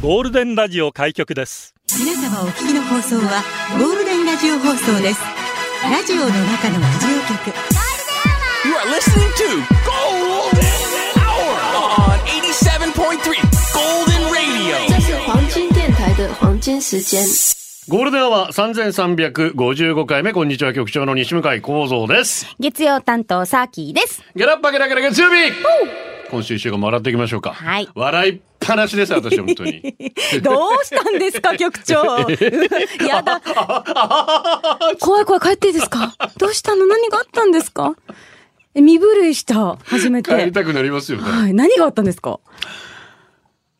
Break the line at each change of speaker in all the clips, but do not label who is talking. ゴールデンラジオ開局です
皆様お聞きの放送はゴールデンラジオ放送ですラジオの中のラジオ局
You are listening to Golden Hour on 87.3 Golden Radio.
这是黄金电台的黄金时间。
ゴールデンは三千三百五十五回目こんにちは局長の西向井光三です。
月曜担当サーキー です。
ゲラッパゲラゲラ月曜日。今週一週間もらっていきましょうか。
はい
笑いっぱなしです私本当に。
どうしたんですか、局 長。うやだ。怖い怖い、帰っていいですかどうしたの何があったんですかえ身震いした、初めて。
帰りたくなりますよね。
はい、何があったんですか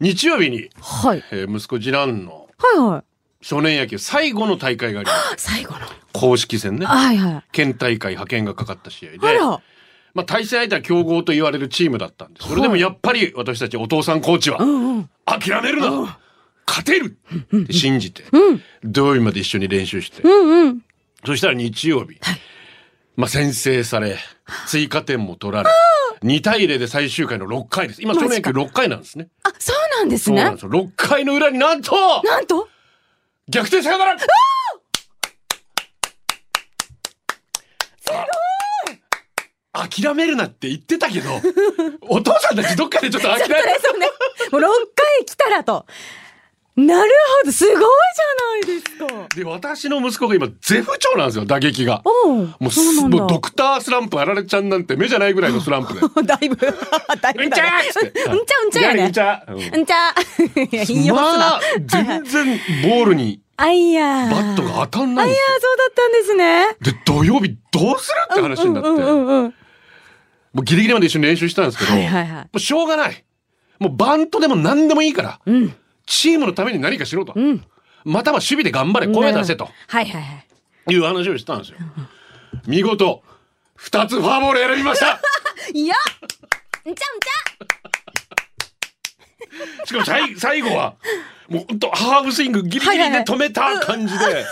日曜日に、
はい。
えー息子次男の
はいはい。
少年野球最後の大会があります。
最後の。
公式戦ね。
はいはい。
県大会派遣がかかった試合で。
あら。
まあ、対戦相手は強豪と言われるチームだったんです。それでもやっぱり私たちお父さんコーチは、諦めるな勝てるって信じて、土曜日まで一緒に練習して、そしたら日曜日、まあ、先制され、追加点も取られ、2対0で最終回の6回です。今、少年野球6回なんですね。
あ、そうなんです
そうなんで。
ね
すよ。6回の裏になんと
なんと
逆転サヨナラ諦めるなって言ってたけど お父さんたちどっかでちょっと諦め
えそうね。もう6回来たらと。なるほど、すごいじゃないですか。
で私の息子が今絶不調なんですよ打撃が
おう
もうす
そうなんだ
もうドクタースランプあられちゃんなんて目じゃないぐらいのスラン プで
だいぶ、だいぶだね。
うんちゃーっつって
うんちゃうんちゃやね。
うんちゃうん
うんちゃ。い や、引用す
まあ
な。はいは
全
い
然ボールに
あいや。
バットが当たんない
あ
ん
い
で
や、
す
そうだったんですね。
よで土曜日どうするって話になって、
うんうんうんうん。
もうギリギリまで一緒に練習したんですけど、
はいはいはい
もうしょうがない。もうバントでも何でもいいから、チームのために何かしろと。
ん
または守備で頑張れ、声出せと
はいはいはい。
いう話をしたんですよ。見事、二つフォアボール選びま した
いや。うんちゃうんち
しかもさい最後は、もうほんとハーフスイングギリギリで止めた感じで、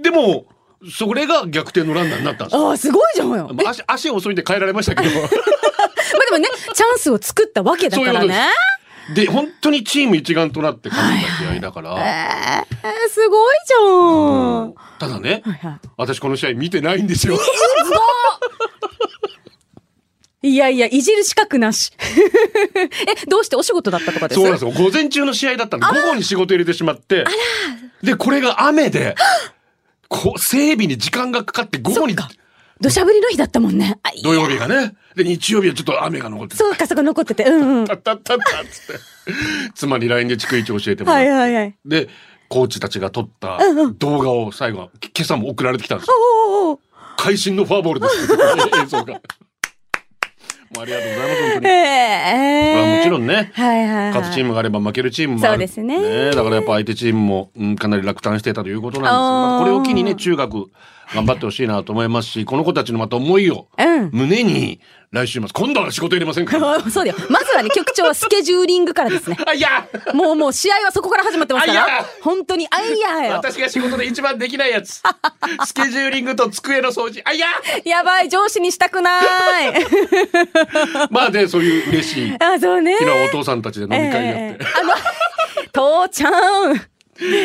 でも、それが逆転のランナーになったんですよ。
ゃ。ああ、すごいじゃんよ。 まあ
まあ足足遅いんで変えられましたけど。
でもね、チャンスを作ったわけだから
そういうこ
ね。
で、本当にチーム一丸となって勝った試合だから。
えー、すごいじゃん。
ただね、
いはい
私この試合見てないんですよ。
いやいや、いじる資格なし。 え、どうしてお仕事だったとかです
そうなんですよ。午前中の試合だったんで、午後に仕事入れてしまって、で、これが雨で、こう整備に時間がかかって、午後に、
土砂降りの日だったもんね。あいや
土曜日がね、で、日曜日はちょっと雨が残って、
そうか、そこ残ってて。うんうん。
たったったったっつって、妻に LINE で逐一教えてもらっ
は
て、
いはいはい。
で、コーチたちが撮った動画を最後、け今朝も送られてきたんですよ。
おーおー
会心のフォアボールです って映像が。もうありがとうございます、本当
おー。
に。
え
まあ
ー。
もちろんね、
はいはいはい。
勝つチームがあれば負けるチームもある。
そうですね
だからやっぱ相手チームも、うん、かなり落胆していたということなんですよまあ
あー
これを機にね、中学頑張ってほしいなと思いますし、この子たちのまた思いを
うん
胸に来週末、今度は仕事入れませんから。
あ そうだよ。まずはね、局長はスケジューリングからです ね。
あいや
もうもう試合はそこから始まってますか
あいや
ら。本当に、あいやよ。
私が仕事で一番できないやつ。 スケジューリングと机の掃除。あいや
やばい、上司にしたく ない。
まあで、そういう嬉しい。昨
あ、そうね。
日はお父さんたちで飲み会やって
ええ。あの、父ちゃん。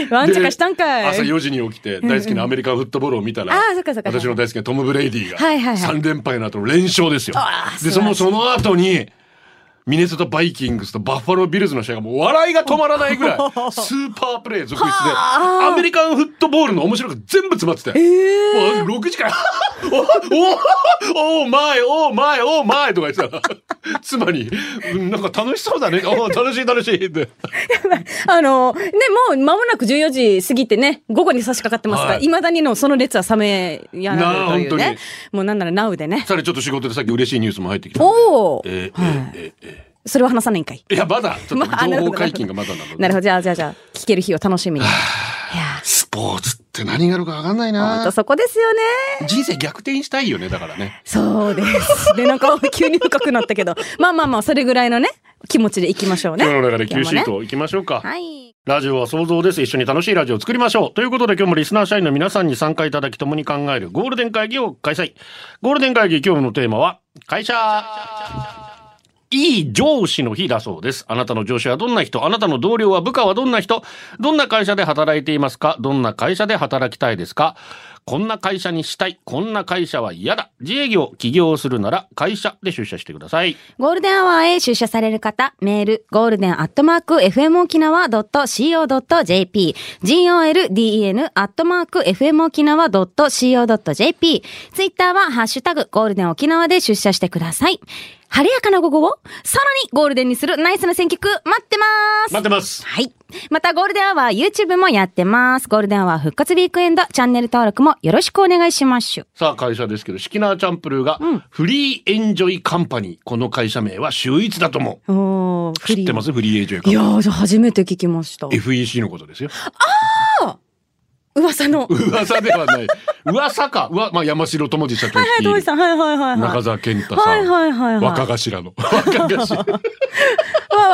ワンチャカしたんかい。
で朝4時に起きて大好きなアメリカンフットボールを見たら、
あーそっかそっか
私の大好きなトム・ブレイディが
はいはいはい
3連敗の後の連勝ですよ。
あー
で
素晴
そ
ら
のそ
しい
の後にミネソタ・バイキングスとバッファロー・ビルズの試合がもう笑いが止まらない ぐらいスーパープレー続出でアメリカンフットボールの面白く全部詰まってて、もう6時から 「おおおおまいおまいおまい」とか言ってた ら妻にうん「なんか楽しそうだねお楽しい楽しい」って。
あの、ね、もう間もなく14時過ぎてね、午後に差し掛かってますから、
はい
いまだにのその列は冷めやらぬという
なあ本
ね。もうなんならナウでね。
さらにちょっと仕事でさっき嬉しいニュースも入ってきたんで。
おお、
えーえーえー
それは話さないんかい。
いや、まだ、ちょっと
まあなる
情
ほ
報
ど
解禁がまだなので。
なるほど、じゃあ、じゃあ、じゃあ、聞ける日を楽しみに。いや
スポーツって何があるかわかんない
ー、ほんと
な。
そこですよね。
人生逆転したいよね、だからね。
そうです。で、なんか急に深くなったけど。まあまあまあ、それぐらいのね、気持ちでいきましょうね。
今日の中で Q
今日も
シ
ね
ート行きましょうか。
はい。
ラジオは想像です。一緒に楽しいラジオを作りましょう。ということで今日もリスナー社員の皆さんに参加いただき共に考えるゴールデン会議を開催。ゴールデン会議今日のテーマは、会社いい上司の日だそうです。あなたの上司はどんな人あなたの同僚は部下はどんな人どんな会社で働いていますかどんな会社で働きたいですかこんな会社にしたい。こんな会社は嫌だ。自営業、起業するなら会社で出社してください。
ゴールデンアワーへ出社される方、メール、ゴールデンアットマーク、fmokinawa.co.jp、golden アットマーク、fmokinawa.co.jp、ツイッターは、ハッシュタグ、ゴールデン沖縄で出社してください。晴れやかな午後を、さらにゴールデンにするナイスな選曲、待ってます
待ってます。
はい。また、ゴールデンアワー YouTube もやってます。ゴールデンアワー復活ウィークエンド、チャンネル登録もよろしくお願いしましゅ。
さあ会社ですけど、シキナーチャンプルーが、フリーエンジョイカンパニー。この会社名は秀逸だと思う。
おー、
知ってますフリーエンジョイカン
い
パニ
やー、初めて聞きました。
ー。FEC のことですよ。
噂の。
噂ではない。噂か。うわ、まあ、山城智次社長
はいはい、
率い
土井
る。
さん。はいはいはい、はい。
中澤健太さ
はい
ん。
はいはい はい
若頭の。若頭。
は、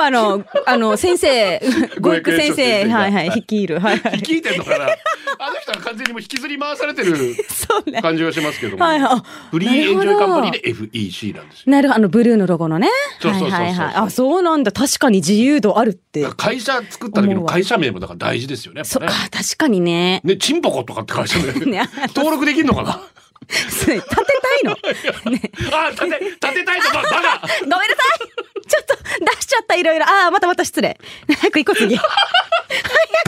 あの、あの、先生、
ご
ご
育園
育先
の先生
生、
が
はいはい、率いる。はいはい。
聞いてんのかなあの人は完全にもう引きずり回されてる
そうね。
感じがしますけども。
はいはい。
フリーエンジョイカンパニーで FEC なんですよ。
なるほど、あの、ブルーのロゴのね。
そうそうそうそう
はいはいはい。あ、そうなんだ。確かに自由度あるって
だから。会社作った時の会社名もだから大事ですよね。やっ
そ
ぱ
っ
ね
か、確かにね。
ね、チンポコとかって会社名。
ね
登録できんのかな
立てたい の。
あ、立て、立てたいとか、バカ
ごめんなさいちょっと出しちゃった、いろいろ。ああ、またまた失礼。早く行こ う、次。早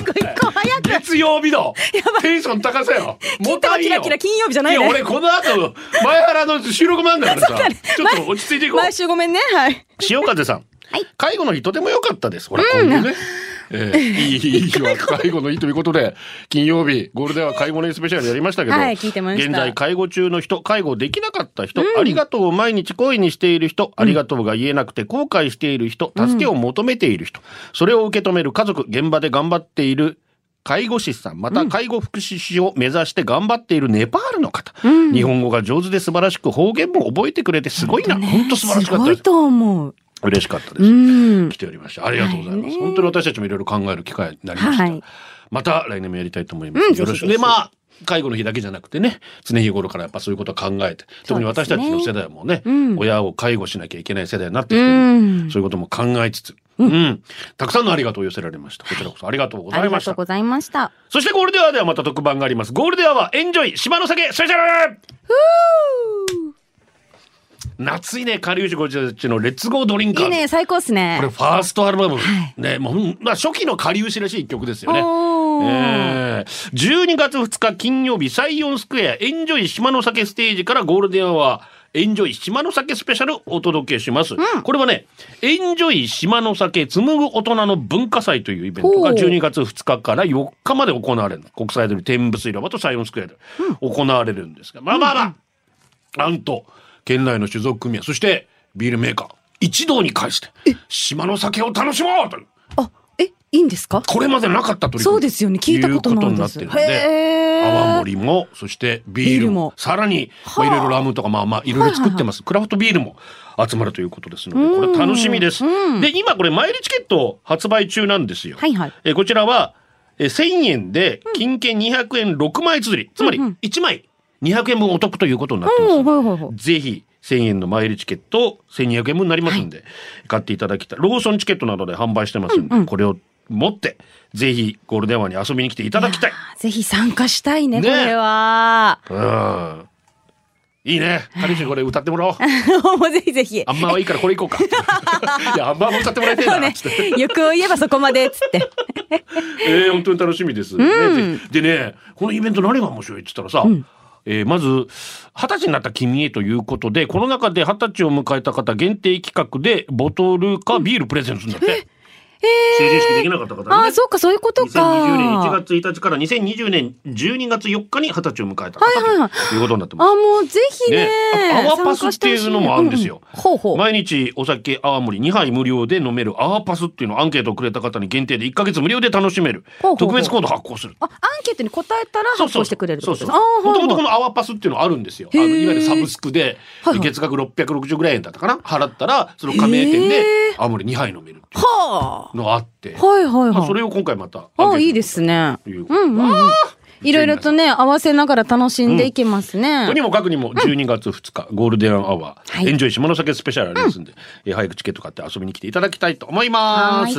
く行こう、早く。
月曜日のテンション高さよ。もたい
キ
よ。
ラキラ金曜日じゃない
い
ね。
や、俺この後、前原の収録もあんだか らさ、ちょっと落ち着いていこう。
毎週ごめんね。はい。
塩風さん、
はい
介護の日とても良かったです。ほら、今後ね。ええいいいい日は介護の日ということで金曜日ゴールデンは介護の日スペシャルやりましたけど、
はい聞いてました
現在介護中の人介護できなかった人、ありがとうを毎日声にしている人、ありがとうが言えなくて後悔している人助けを求めている人、それを受け止める家族現場で頑張っている介護士さんまた介護福祉士を目指して頑張っているネパールの方、日本語が上手で素晴らしく方言も覚えてくれてすごいな本当、ほんと素晴らしかった
すご
で
い
す
と思う。
嬉しかったです、
うん。
来ておりましたありがとうございます、
はいね
本当に私たちもいろいろ考える機会になりました、
はい
また来年もやりたいと思います、
うん
よろし
ぜひぜ
くで
ひ
まあ介護の日だけじゃなくてね常日頃からやっぱそういうことを考えて特に私たちの世代はもうね
うん
親を介護しなきゃいけない世代になってきてる、
うん。
そういうことも考えつつ、うんたくさんのありがとうを寄せられましたこちらこそありがとうござ
あ
い
り
ま
が
し
とう
た
ございました。
そしてゴールデンアワーではまた特番がありますゴールデンアワーエンジョイ島の酒スペシャル夏いねかりゆしごちちのレッツゴードリンカー
い
ズ
いね、最高っすね。
これファーストアルバム、
はい
ねもううんまあ初期のかりゆしらしい一曲ですよね。
おー
ええ12月2日金曜日サイオンスクエアエンジョイ島の酒ステージからゴールデンアワーエンジョイ島の酒スペシャルをお届けします、これはねエンジョイ島の酒紡ぐ大人の文化祭というイベントが
ほう
12月2日から4日まで行われるの国際通り天物広場とサイオンスクエアで行われるんですが、まあまあまあ、なんと県内の酒造組合そしてビールメーカー一堂に会して島の酒を楽しもうという
あ、え、いいんですか
これまでなかった取り組み
そうですよね聞いたことないです
ということになってるん
へ
で
ー
泡盛もそしてビールも
ビールも
さらに、まあ、いろいろラムとかまあまあいろいろ作ってます、クラフトビールも集まるということですのでこれ楽しみです、で今これ前売りチケット発売中なんですよ、
はいはい
えーこちらは、えー1000円で金券200円6枚綴りつまり1枚200円分お得ということになってます、
うん、ほいほいほい。
ぜひ1000円の前売りチケット1200円分になりますんで、買っていただきたいローソンチケットなどで販売してますんで、これを持ってぜひゴールデンアワーに遊びに来ていただきたい。
あーぜひ参加したいね、
ね
これは。
うんいいね。彼氏これ歌ってもらおう。
もうぜひぜひ
あ。んまはいいからこれいこうか。いや、あんまも歌ってもらいたい
そ
な。
うね
つって。。
欲を言えばそこまで、つって。
えー、本当に楽しみです、ねで。でね、このイベント何が面白いって言ったらさ、えーまず二十歳になった君へということでこの中で二十歳を迎えた方限定企画でボトルかビールプレゼントするんだって、成人式できなかった方にね
ああ、そうか、そういうことか。
2020年1月1日から2020年12月4日に二十歳を迎えた方
はいはいはい
ということになってます
あ、もうぜひね。
ねあ泡パスっていうのもあるんですよ
参加してほしいうんほうほう。
毎日お酒泡盛2杯無料で飲めるアーパスっていうのをアンケートをくれた方に限定で1ヶ月無料で楽しめる
ほうほうほう
特別コード発行する
あ、アンケートに答えたら発行してくれるってことです
そうそうもともとこ
あ
のアワパスっていうのあるんですよ。あ
へー
のいわゆるサブスクで、
はいはい
月額660ぐらい円だったかな払ったらその加盟店で
へ
青森2杯飲めるってい
は
うのがあって、
あ。はいはい
まあ、そ
は
れ
い。
を今回また
ああ、いいですね。
というこ
う
とで
んうんうん。いろいろとね、合わせながら楽しんでいけますね
と。にもかくにも12月2日、ゴールデンアワー、
はい
エンジョイ下関スペシャルありますんで、えー早くチケット買って遊びに来ていただきたいと思います。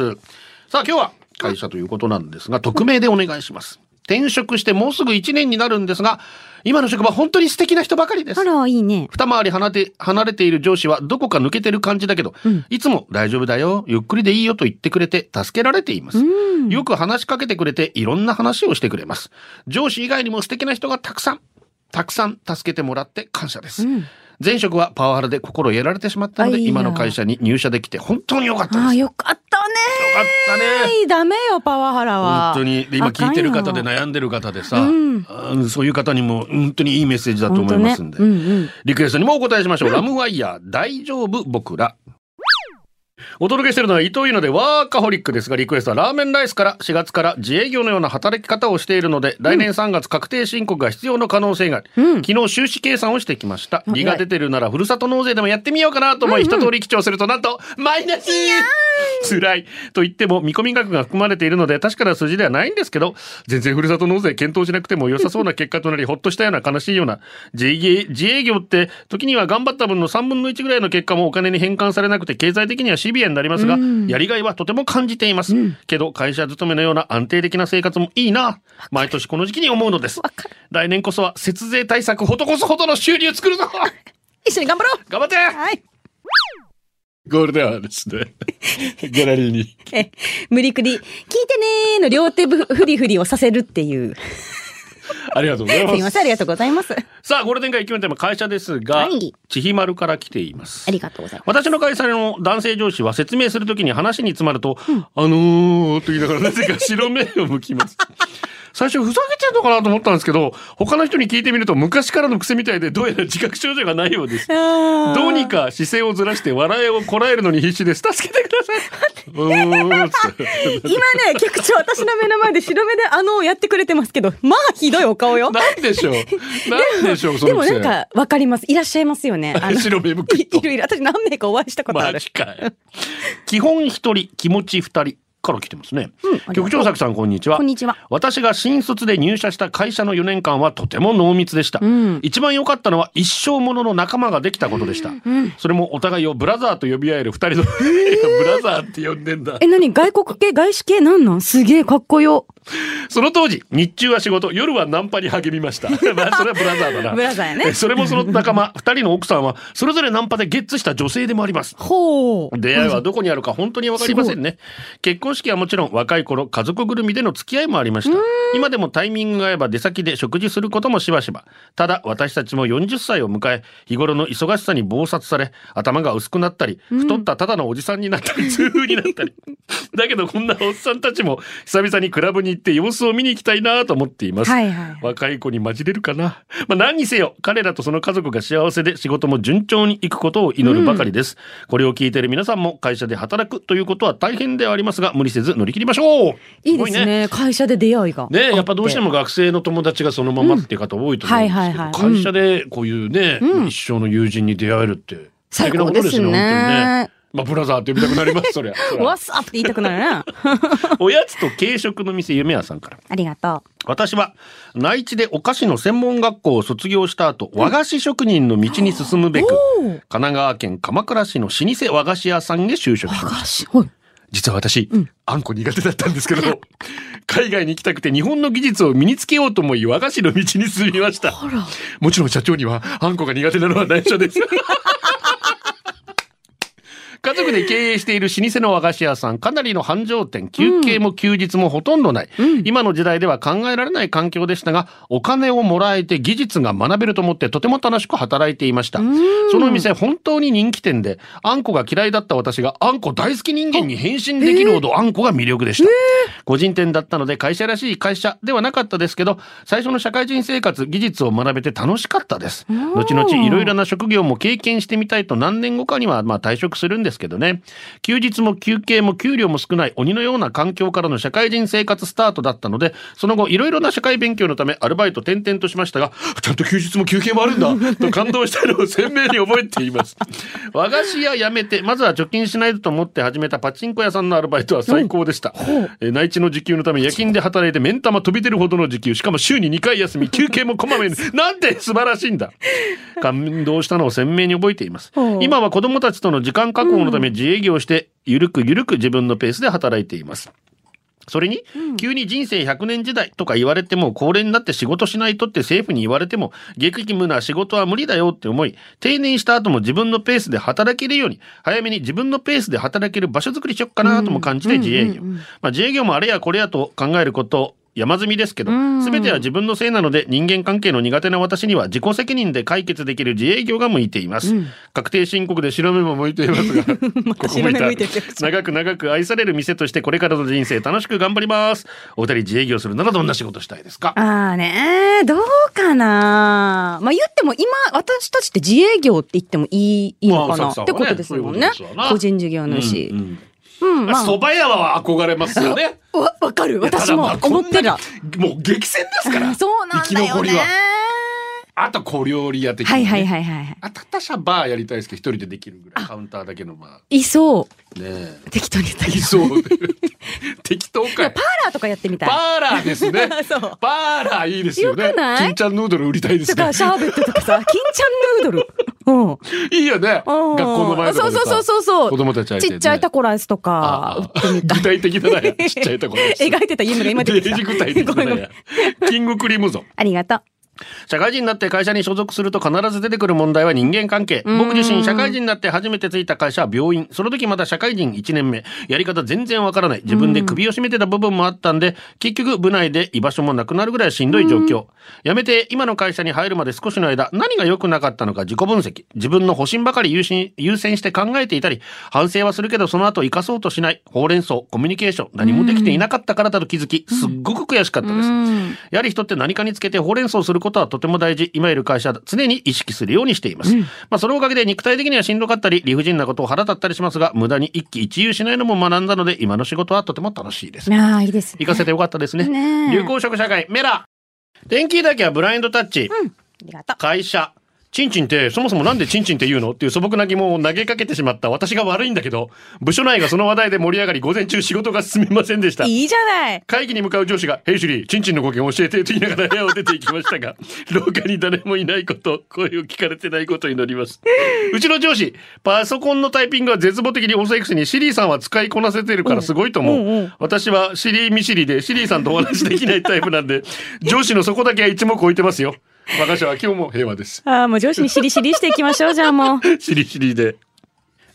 さあ今日は会社ということなんですが、匿名でお願いします。転職してもうすぐ1年になるんですが、今の職場本当に素敵な人ばかりです
あ。ら、いいね。
二回り離れて離れている上司はどこか抜けてる感じだけど、いつも大丈夫だよ、ゆっくりでいいよと言ってくれて助けられています。よく話しかけてくれていろんな話をしてくれます。上司以外にも素敵な人がたくさん、たくさん助けてもらって感謝です。前職はパワハラで心やられてしまったの
あ
で、
いいな
今の会社に入社できて本当に良かったです。
ああ、
よ
よかった
かっ
ね。
たね。
ダメよ、パワハラは。
本当にで今聞いてる方で
い。
悩んでる方でさ、
うん
うんそういう方にも本当にいいメッセージだと思いますんで、
本当ねうんうん
リクエストにもお答えしましょう、ラムワイヤー大丈夫僕らお届けしてるのは伊藤優のでワーカホリックですがリクエストはラーメンライスから4月から自営業のような働き方をしているので来年3月確定申告が必要の可能性がある、
うん
昨日収支計算をしてきました
あ
利が出てるならふるさと納税でもやってみようかなと思い一通り記帳するとなんとマイナス辛いと言っても見込み額が含まれているので確かな数字ではないんですけど全然ふるさと納税検討しなくても良さそうな結果となりほっとしたような悲しいような自営自営業って時には頑張った分の3分の1ぐらいの結果もお金に返還されなくて経済的にはシビアになりますがやりがいはとても感じていますけど会社勤めのような安定的な生活もいいな毎年この時期に思うのです来年こそは節税対策施すほどの収入作るぞ
一緒に頑張ろう
頑張って
はい。
ゴールデンはですねギャラリーに
え無理くり、聞いてねーの両手ぶふりふりをさせるっていう。
ありがとうござい ます
すいません、ありがとうございます。
さあ、ゴールデン街決めても会社ですが、
はい
ちひまるから来ています
あ。りがとうございます。
私の会社の男性上司は説明するときに話に詰まると、あのー、と言いながらなぜか白目を向きます。 最初ふざけてんのかなと思ったんですけど、他の人に聞いてみると昔からの癖みたいでどうやら自覚症状がないようです。どうにか視線をずらして笑いをこらえるのに必死です。助けてくださ い。うーんつって
今ね、局長、私の目の前で白目であのやってくれてますけど、まあひどいお顔よ。
なんでしょう。なんでしょう、そ
で
の
も
癖。
なんか、わかります。いらっしゃいますよ ね。あの
白目むくっ
い
と
い。るいる。私何名かお会い したことあ
マ
る。
ジかよ。基本一人、気持ち二人から来てますね。
とう
局長作さん、こんにちは。
こんにちは
私が新卒で入社した会社の4年間はとても濃密でした。
ん
一番良かったのは一生ものの仲間ができたことでした。それもお互いをブラザーと呼び合える二人の、 ブラザーって呼んでんだ。
え、何外国系外資系なんなんすげえかっこよ。
その当時、日中は仕事、夜はナンパに励みました。ま あ、それはブラザーだな。
ブラザーやね
えそれもその仲間、二人の奥さんは、それぞれナンパでゲッツした女性でもあります。
ほう。
出会いはどこにあるか本当にわかりませんね。結婚式はもちろん若い頃家族ぐるみでの付き合いもありました。今でもタイミングが合えば出先で食事することもしばしば。ただ私たちも40歳を迎え、日頃の忙しさに暴殺され、頭が薄くなったり、太ったただのおじさんになった り、痛風になったり。だけどこんなおっさんたちも久々にクラブに行って様子を見に行きたいなと思っています。
はいはい。
若い子に混じれるかな。まあ何にせよ、彼らとその家族が幸せで仕事も順調に行くことを祈るばかりです。これを聞いている皆さんも会社で働くということは大変ではありますが、無理せず乗り切りましょう
いいです。ね。会社で出会いが。
ごね、やっぱどうしても学生の友達がそのままっていう方多いと思うんですけど、
うんはいはいはいうん
会社でこういうね、一生の友人に出会えるって素敵なことですね、
最高ですね
本当にね。まあ、ブラザーって呼びたくなります、そりゃ。そりゃ
わっさって言いたくなるね。
おやつと軽食の店、夢屋さんから。
ありがと
私は内地でお菓子の専門学校を卒業した後、和菓子職人の道に進むべく、神奈川県鎌倉市の老舗和菓子屋さんへ就職し
う。
ました。
かし、ほい。
実は私、あんこ苦手だったんですけど、 海外に行きたくて日本の技術を身につけようと思い、和菓子の道に進みました。もちろん社長には、あんこが苦手なのは内緒です。家族で経営している老舗の和菓子屋さん、かなりの繁盛店、休憩も休日もほとんどない。今の時代では考えられない環境でしたが、お金をもらえて技術が学べると思ってとても楽しく働いていました。そのお店、本当に人気店で、あんこが嫌いだった私が、あんこ大好き人間に変身できるほどあんこが魅力でした。個人店だったので会社らしい会社ではなかったですけど最初の社会人生活技術を学べて楽しかったです後々いろいろな職業も経験してみたいと何年後かにはまあ退職するんですですけどね休日も休憩も給料も少ない鬼のような環境からの社会人生活スタートだったのでその後いろいろな社会勉強のためアルバイト転々としましたがちゃんと休日も休憩もあるんだと感動したのを鮮明に覚えています和菓子屋やめてまずは貯金しないとと思って始めたパチンコ屋さんのアルバイトは最高でした、えー内地の時給のため夜勤で働いて目ん玉飛び出るほどの時給しかも週に2回休み休憩もこまめになんて素晴らしいんだ感動したのを鮮明に覚えています
ほう
今は子供たちとの時間確保のため自営業してゆるくゆるく自分のペースで働いていますそれに、急に人生100年時代とか言われても、高齢になって仕事しないとって政府に言われても、激務な仕事は無理だよって思い、定年した後も自分のペースで働けるように、早めに自分のペースで働ける場所づくりしよっかなとも感じて自営業。まあ自営業もあれやこれやと考えること、山積みですけど、すべては自分のせいなので人間関係の苦手な私には自己責任で解決できる自営業が向いています。確定申告で白目も向いています が、ここ
白目向いてる
長く長く愛される店としてこれからの人生楽しく頑張ります。お二人自営業するならどんな仕事したいですか
ああねーどうかなまあ言っても今、私たちって自営業って言ってもいい、いいのかな、
まあ
ってことですもんね。
そういうことですわな
個人事業主。うん、まあ、
蕎麦屋は憧れますよね。
わ、わかる。 私
ただ
も
まあ
思ってた。
こんなにもう激戦ですから。
そうなんだ
生き残
よ
り
ね
は。。あと小料理屋的に、
はいはい
い。
はいはいはい。
あと他社バーやりたいですけど、一人でできるぐらい。カウンターだけのま
いそ
あ。ねえ。
う。適当に言った けど。
理想 適当かい
パ。ーラーとかやってみたい。。
バーラーですね
そう
バーラーいいですよね。
よくない
金ちゃんヌードル売りたいで
と
すね
か、。シャーベットとかさ、金ちゃんヌードル。うん。
いいよね。学
うん
校の前とかでさ
そうそうそうそう。
子供たち相手
ち
で
っちゃいタコライスと
ああ、
か売ってみたい。
具体的 だな。ちっちゃいところ。
描いてた夢が今出て きた。
デージ具体的
ごめ んご
だ
めん
ね。キングクリムゾン。
ありがとう。
社会人になって会社に所属すると必ず出てくる問題は人間関係。僕自身、社会人になって初めてついた会社は病院。その時まだ社会人1年目。やり方全然わからない。自分で首を絞めてた部分もあったんで、結局部内で居場所もなくなるぐらいしんどい状況。辞めて今の会社に入るまで少しの間、何が良くなかったのか自己分析。自分の保身ばかり優先優先して考えていたり、反省はするけどその後生かそうとしない。ほうれん草、コミュニケーション、何もできていなかったからだと気づき、すっごく悔しかったです。やはり人って何かにつけてほうれん草をすることはとても大事。今いる会社、常に意識するようにしています。まあ、そのおかげで肉体的にはしんどかったり、理不尽なことを腹立ったりしますが、無駄に一喜一憂しないのも学んだので、今の仕事はとても楽しいです。
ああ、いいですね。
行かせてよかったですね。
ねえ
流行色社会、メラ。電気だけはブラインドタッチ。
ありがとう。
会社。チンチンって、そもそもなんでチンチンって言うのっていう素朴な疑問を投げかけてしまった私が悪いんだけど、部署内がその話題で盛り上がり、午前中仕事が進みませんでした。
いいじゃない。
会議に向かう上司が、ヘイシュリー、チンチンのご機嫌教えてと言いながら部屋を出て行きましたが、 廊下に誰もいないこと、声を聞かれてないことになり ます。うちの上司、パソコンのタイピングは絶望的に遅いくせに、シリーさんは使いこなせているからすごいと思う。私はシリー見知りで、シリーさんとお話できないタイプなん で、上司のそこだけは一目置いてますよ。我が社は今日も平和です。
ああ、もう上司にしりしりしていきましょう、じゃ あもう。
しりしりで。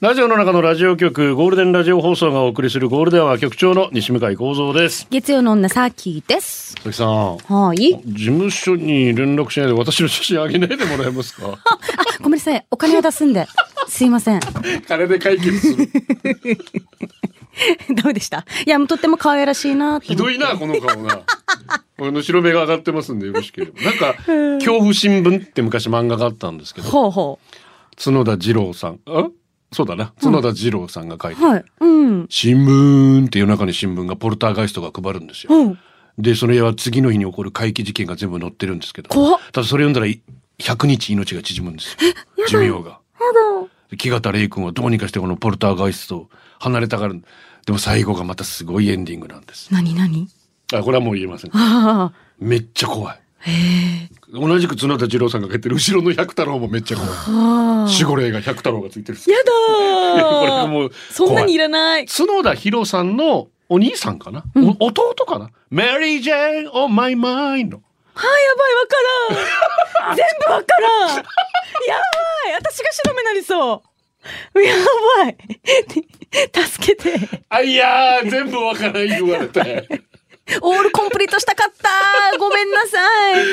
ラジオの中のラジオ局、ゴールデンラジオ放送がお送りするゴールデンは局長の西向井幸三です。
月曜の女、サーキーです。
佐々木さん。
はい。
事務所に連絡しないで私の写真あげないでもらえますか
あ、ごめんなさい。お金を出すんで。すいません。
金で解決 する。
ダメでした。いや、もうとっても可愛らしいなと
ひどいな、この顔が。俺の白目が上がってますんでよろしければ。なんか、恐怖新聞って昔漫画があったんですけど、
ほうほ
角田二郎さん。あそうだな。角田二郎さんが書いて
う。
る、
はい。うん。
新聞って夜中に新聞がポルターガイストが配るんですよ。
うん。
で、その絵は次の日に起こる怪奇事件が全部載ってるんですけど。
怖った
だそれ読んだらい100日命が縮むんですよ。寿命が。で木形玲君はどうにかしてこのポルターガイストを離れたがる。でも最後がまたすごいエンディングなんです。
何何
あ、これはもう言えません。
ああ。
めっちゃ怖い。同じく角田二郎さんが書いてる後ろの百太郎もめっちゃ怖い。守護霊が百太郎がついてるんです。
やだー
これもう
そんなにいらない。
角田博さんのお兄さんかな、お弟かなメリー・ジェーン・オン・マイ・マインド。
やばい、わ からん。全部わからん。やばい、私が白目なりそう。やばい。 助けて。
あ、いやー、全部わからん言われて。
オールコンプリートしたかった。ごめんなさい。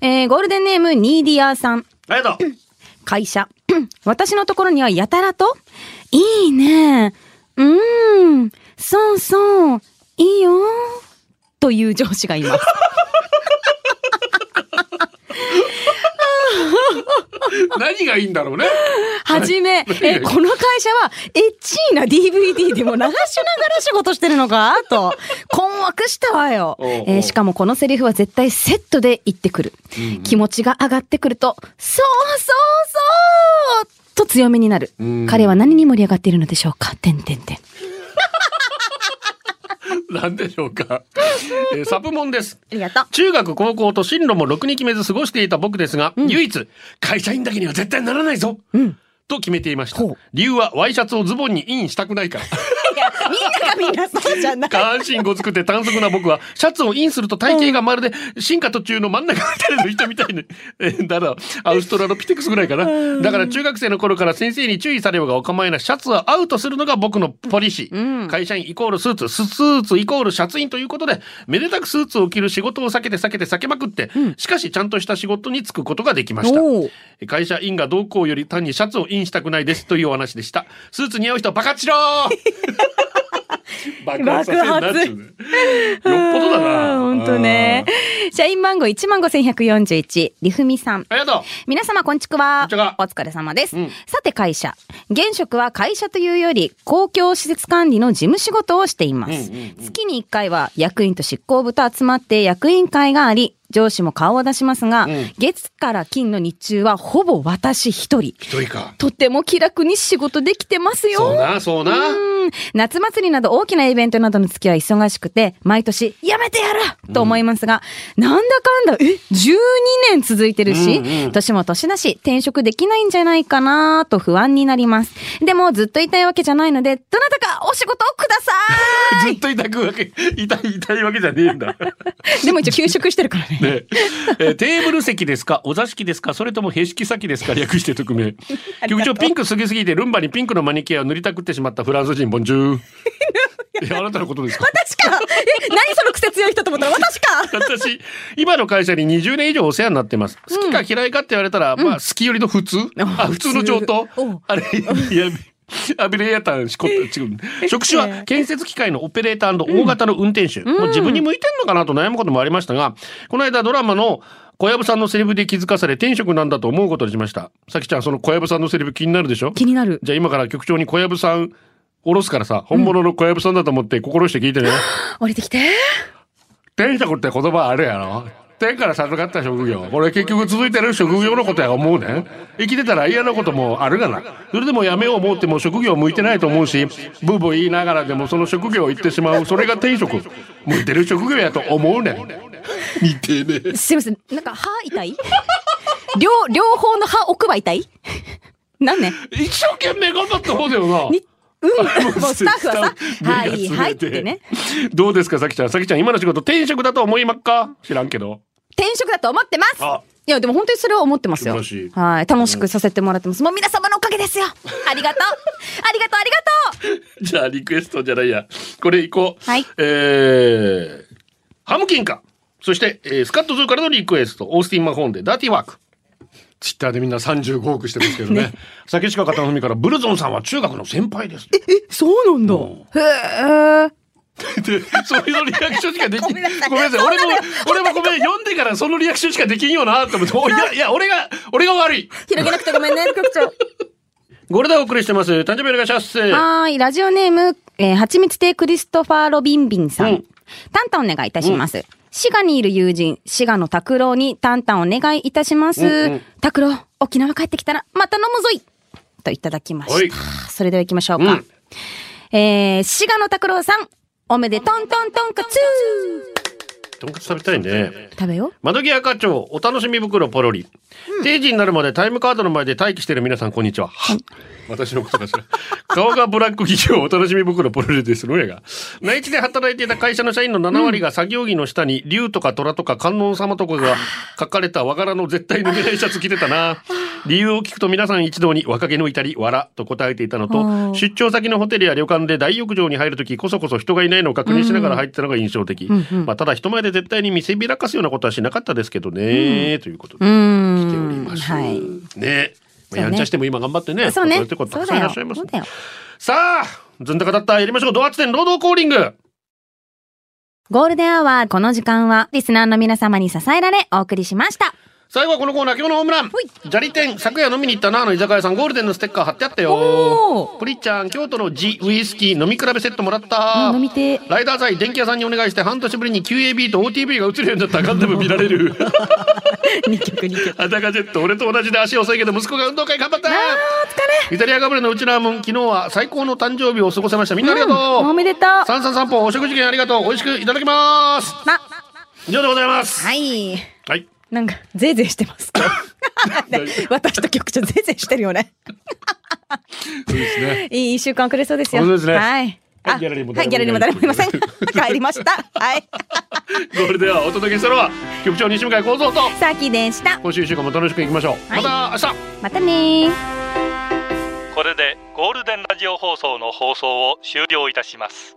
えー、ゴールデンネーム、ニーディアーさん。
ありがとう
会社。 私のところにはやたらと、いいね。うーん。そうそう。いいよ。という上司がいます。
何
何がいいんだろうね。
はじめ、え、この会社は、エッチーな DVD でも流しながら仕事してるのかと、困惑したわよ。
おうおう
えーしかもこのセリフは絶対セットで言ってくる。気持ちが上がってくると、そうそうそうと強めになる
うん。
彼は何に盛り上がっているのでしょうかてんてんてん。
なんでしょうか。
えーサプモンです。
ありがとう。
中学、高校と進路もろくに決めず過ごしていた僕ですが、唯一、会社員だけには絶対ならないぞ、と決めていました
ほう。
理由はワイシャツをズボンにインしたくないから。
みんながみんなそうじゃない。
下半身ごつくて短足な僕は、シャツをインすると体型がまるで進化途中の真ん中みたいな 人みたいに、えーだから、アウストラロピテクスぐらいかな。だから中学生の頃から先生に注意されようがお構いなし、シャツはアウトするのが僕のポリシー。会社員イコールスーツ、ススーツイコールシャツインということで、めでたくスーツを着る仕事を避けて避けて避けまくって、しかしちゃんとした仕事に就くことができました。
おう
会社員がどうこうより単にシャツをインしたくないですというお話でした。スーツ似合う人はバカ しろー爆発させんなっていうねよっぽどだな。
ほんとね。社員番号15,141、りふみさん。
ありがとう。
皆様こんちくは。
こんちは
お疲れ様です、
うん
さて会社。現職は会社というより公共施設管理の事務仕事をしています。
うんうんうん
月に1回は役員と執行部と集まって役員会があり、上司も顔を出しますが、
ん
月から金の日中はほぼ私一人。
一人か。
とても気楽に仕事できてますよ。
そうな、そうな。
うん夏祭りなど大きなイベントなどの月は忙しくて、毎年、やめてやると思いますが、なんだかんだ、え ?12 年続いてるし、年も年だし、転職できないんじゃないかなと不安になります。でも、ずっといたいわけじゃないので、どなたかお仕事をくださ
ずっと痛くわけ、痛い、痛いわけじゃねえんだ。
いでも一応休職してるからね。
ねえーテーブル席ですかお座敷ですかそれともへしき先ですか略して匿 名局長ピンクすぎすぎてルンバにピンクのマニキュアを塗りたくってしまったフランス人ボンジ ュールいやあなたのことですか
私かえ、何その癖強い人と思ったら私か
私今の会社に20年以上お世話になってます好きか嫌いかって言われたら、まあ好きよりの普通、あ普通の上等
普通
あれいやアビレーターしこ違う職種は建設機械のオペレーター大型の運転手、もう自分に向いてんのかなと悩むこともありましたがこの間ドラマの小籔さんのセリフで気づかされ転職なんだと思うことにしましたさきちゃんその小籔さんのセリフ気になるでしょ
気になる。
じゃあ今から局長に小籔さんおろすからさ本物の小籔さんだと思って心して聞いてね、
降りてきて。
天職って言葉あるやろ天から授かった職業これ結局続いてる職業のことや思うね生きてたら嫌なこともあるがなそれでもやめよう思っても職業向いてないと思うしブーブー言いながらでもその職業を言ってしまうそれが天職向いてる職業やと思うね
似てね。
すいません。なんか歯痛い両、両方の歯奥歯痛い 何ね
一生懸命頑張った方だよな
に うん。もうスタッフはさ、は
目が
い、
つ
はいっ
ぶれ
てね。
どうですかさきちゃんさきちゃん今の仕事天職だと思いまっか知らんけど
転職だと思ってます
あ
いや、でも本当にそれは思ってますよ
素晴らしい。
はい。楽しくさせてもらってます。もう皆様のおかげですよありがとうありがとうありがと う
じゃあリクエストじゃないや。これいこう。
はい
えー、ハムキンか。そして、えースカットズーからのリクエスト。オースティン・マホーンでダーティーワーク。
ツイッターでみんな35億してますけどね。
酒近方のみからブルゾンさんは中学の先輩 です。
そうなんだ。へえ。
でそういうのリアクションしかできん。ごめんなさい。
そ
俺
んなの
も、俺もごめん。読んでからそのリアクションしかできんよなと思って。おいや、いや、俺が、俺が悪い。
広げなくてごめ んね、局長。
これでお送りしてます。誕生日お願いします。
はーい、ラジオネーム、えー、はちみつ亭クリストファー・ロビンビンさん。
うん
タンタンお願いいたします。滋賀にいる友人、滋賀の拓郎にタンタンお願いいたし
う
ま
んう
す
ん。
拓郎、沖縄帰ってきたらまた飲むぞいといただきま
は
し
い
た。それでは行きましょうか。えー、滋賀の拓郎さん、おめでとんとんとんかつ
とんかつ食べたいね。
ー食べよう。
窓際課長、お楽しみ袋ポロリ。定時になるまでタイムカードの前で待機している皆さん、こんにちは。
私のことかしら。
顔がブラック企業お楽しみ袋ポロリですのやが。内地で働いていた会社の社員の7割が作業着の下に竜とか虎とか観音様とかが書かれた和柄の絶対脱げないシャツ着てたな。理由を聞くと皆さん一同に若気の至り、わらと答えていたの
お
と、
ー
出張先のホテルや旅館で大浴場に入るとき、こそこそ人がいないのを確認しながら入ってたのが印象的。まあ、ただ人前で絶対に見せびらかすようなことはしなかったですけどね、ということ
う
で。
ーん。
来ております。
はい。
ね。まあ
そう
やん
ね
ちゃしても今頑張ってね。
そうね。
働
そ
いてる方た
う
くさん
だ
いらっ
よ。
し
そ
ゃいます
うだよ。
さあ、ずんだかだったやりましょう。ドアツ店労働コーリング。
ゴールデンアワー、この時間は、リスナーの皆様に支えられ、お送りしました。
最後はこのコーナー今日のホームラン
ほい
砂利店昨夜飲みに行ったなあの居酒屋さんゴールデンのステッカー貼ってあった
お
よプリッちゃん京都の地ウイスキー飲み比べセットもらった
うん飲みて
ライダー祭電気屋さんにお願いして半年ぶりに QAB と OTB が映るようになったガンダム見られる
二曲二曲。
アタカジェット俺と同じで足遅いけど息子が運動会頑張った
あー疲れ。
イタリアガブレのうちラーメン昨日は最高の誕生日を過ごせましたみんなありがと
うんお
う、
めでとう。
三三三本お食事券ありがとう美味しくいただきます
ま、
以上でございます
はい。
はい
なんか、ぜいぜいしてます。ね私と局長ぜいぜいしてるよね。
そうですね。
いい一週間遅れそうですよ。
本当ですね
はい。
はい
あ
ギャラリーも
はい、ギャラリーも誰もいません。帰りました。はい。
ゴールデンをお届けしたのは局長西向井幸三と
さきでした。
今週一週間も楽しくいきましょう、
はい
また明日
またねー。
これでゴールデンラジオ放送の放送を終了いたします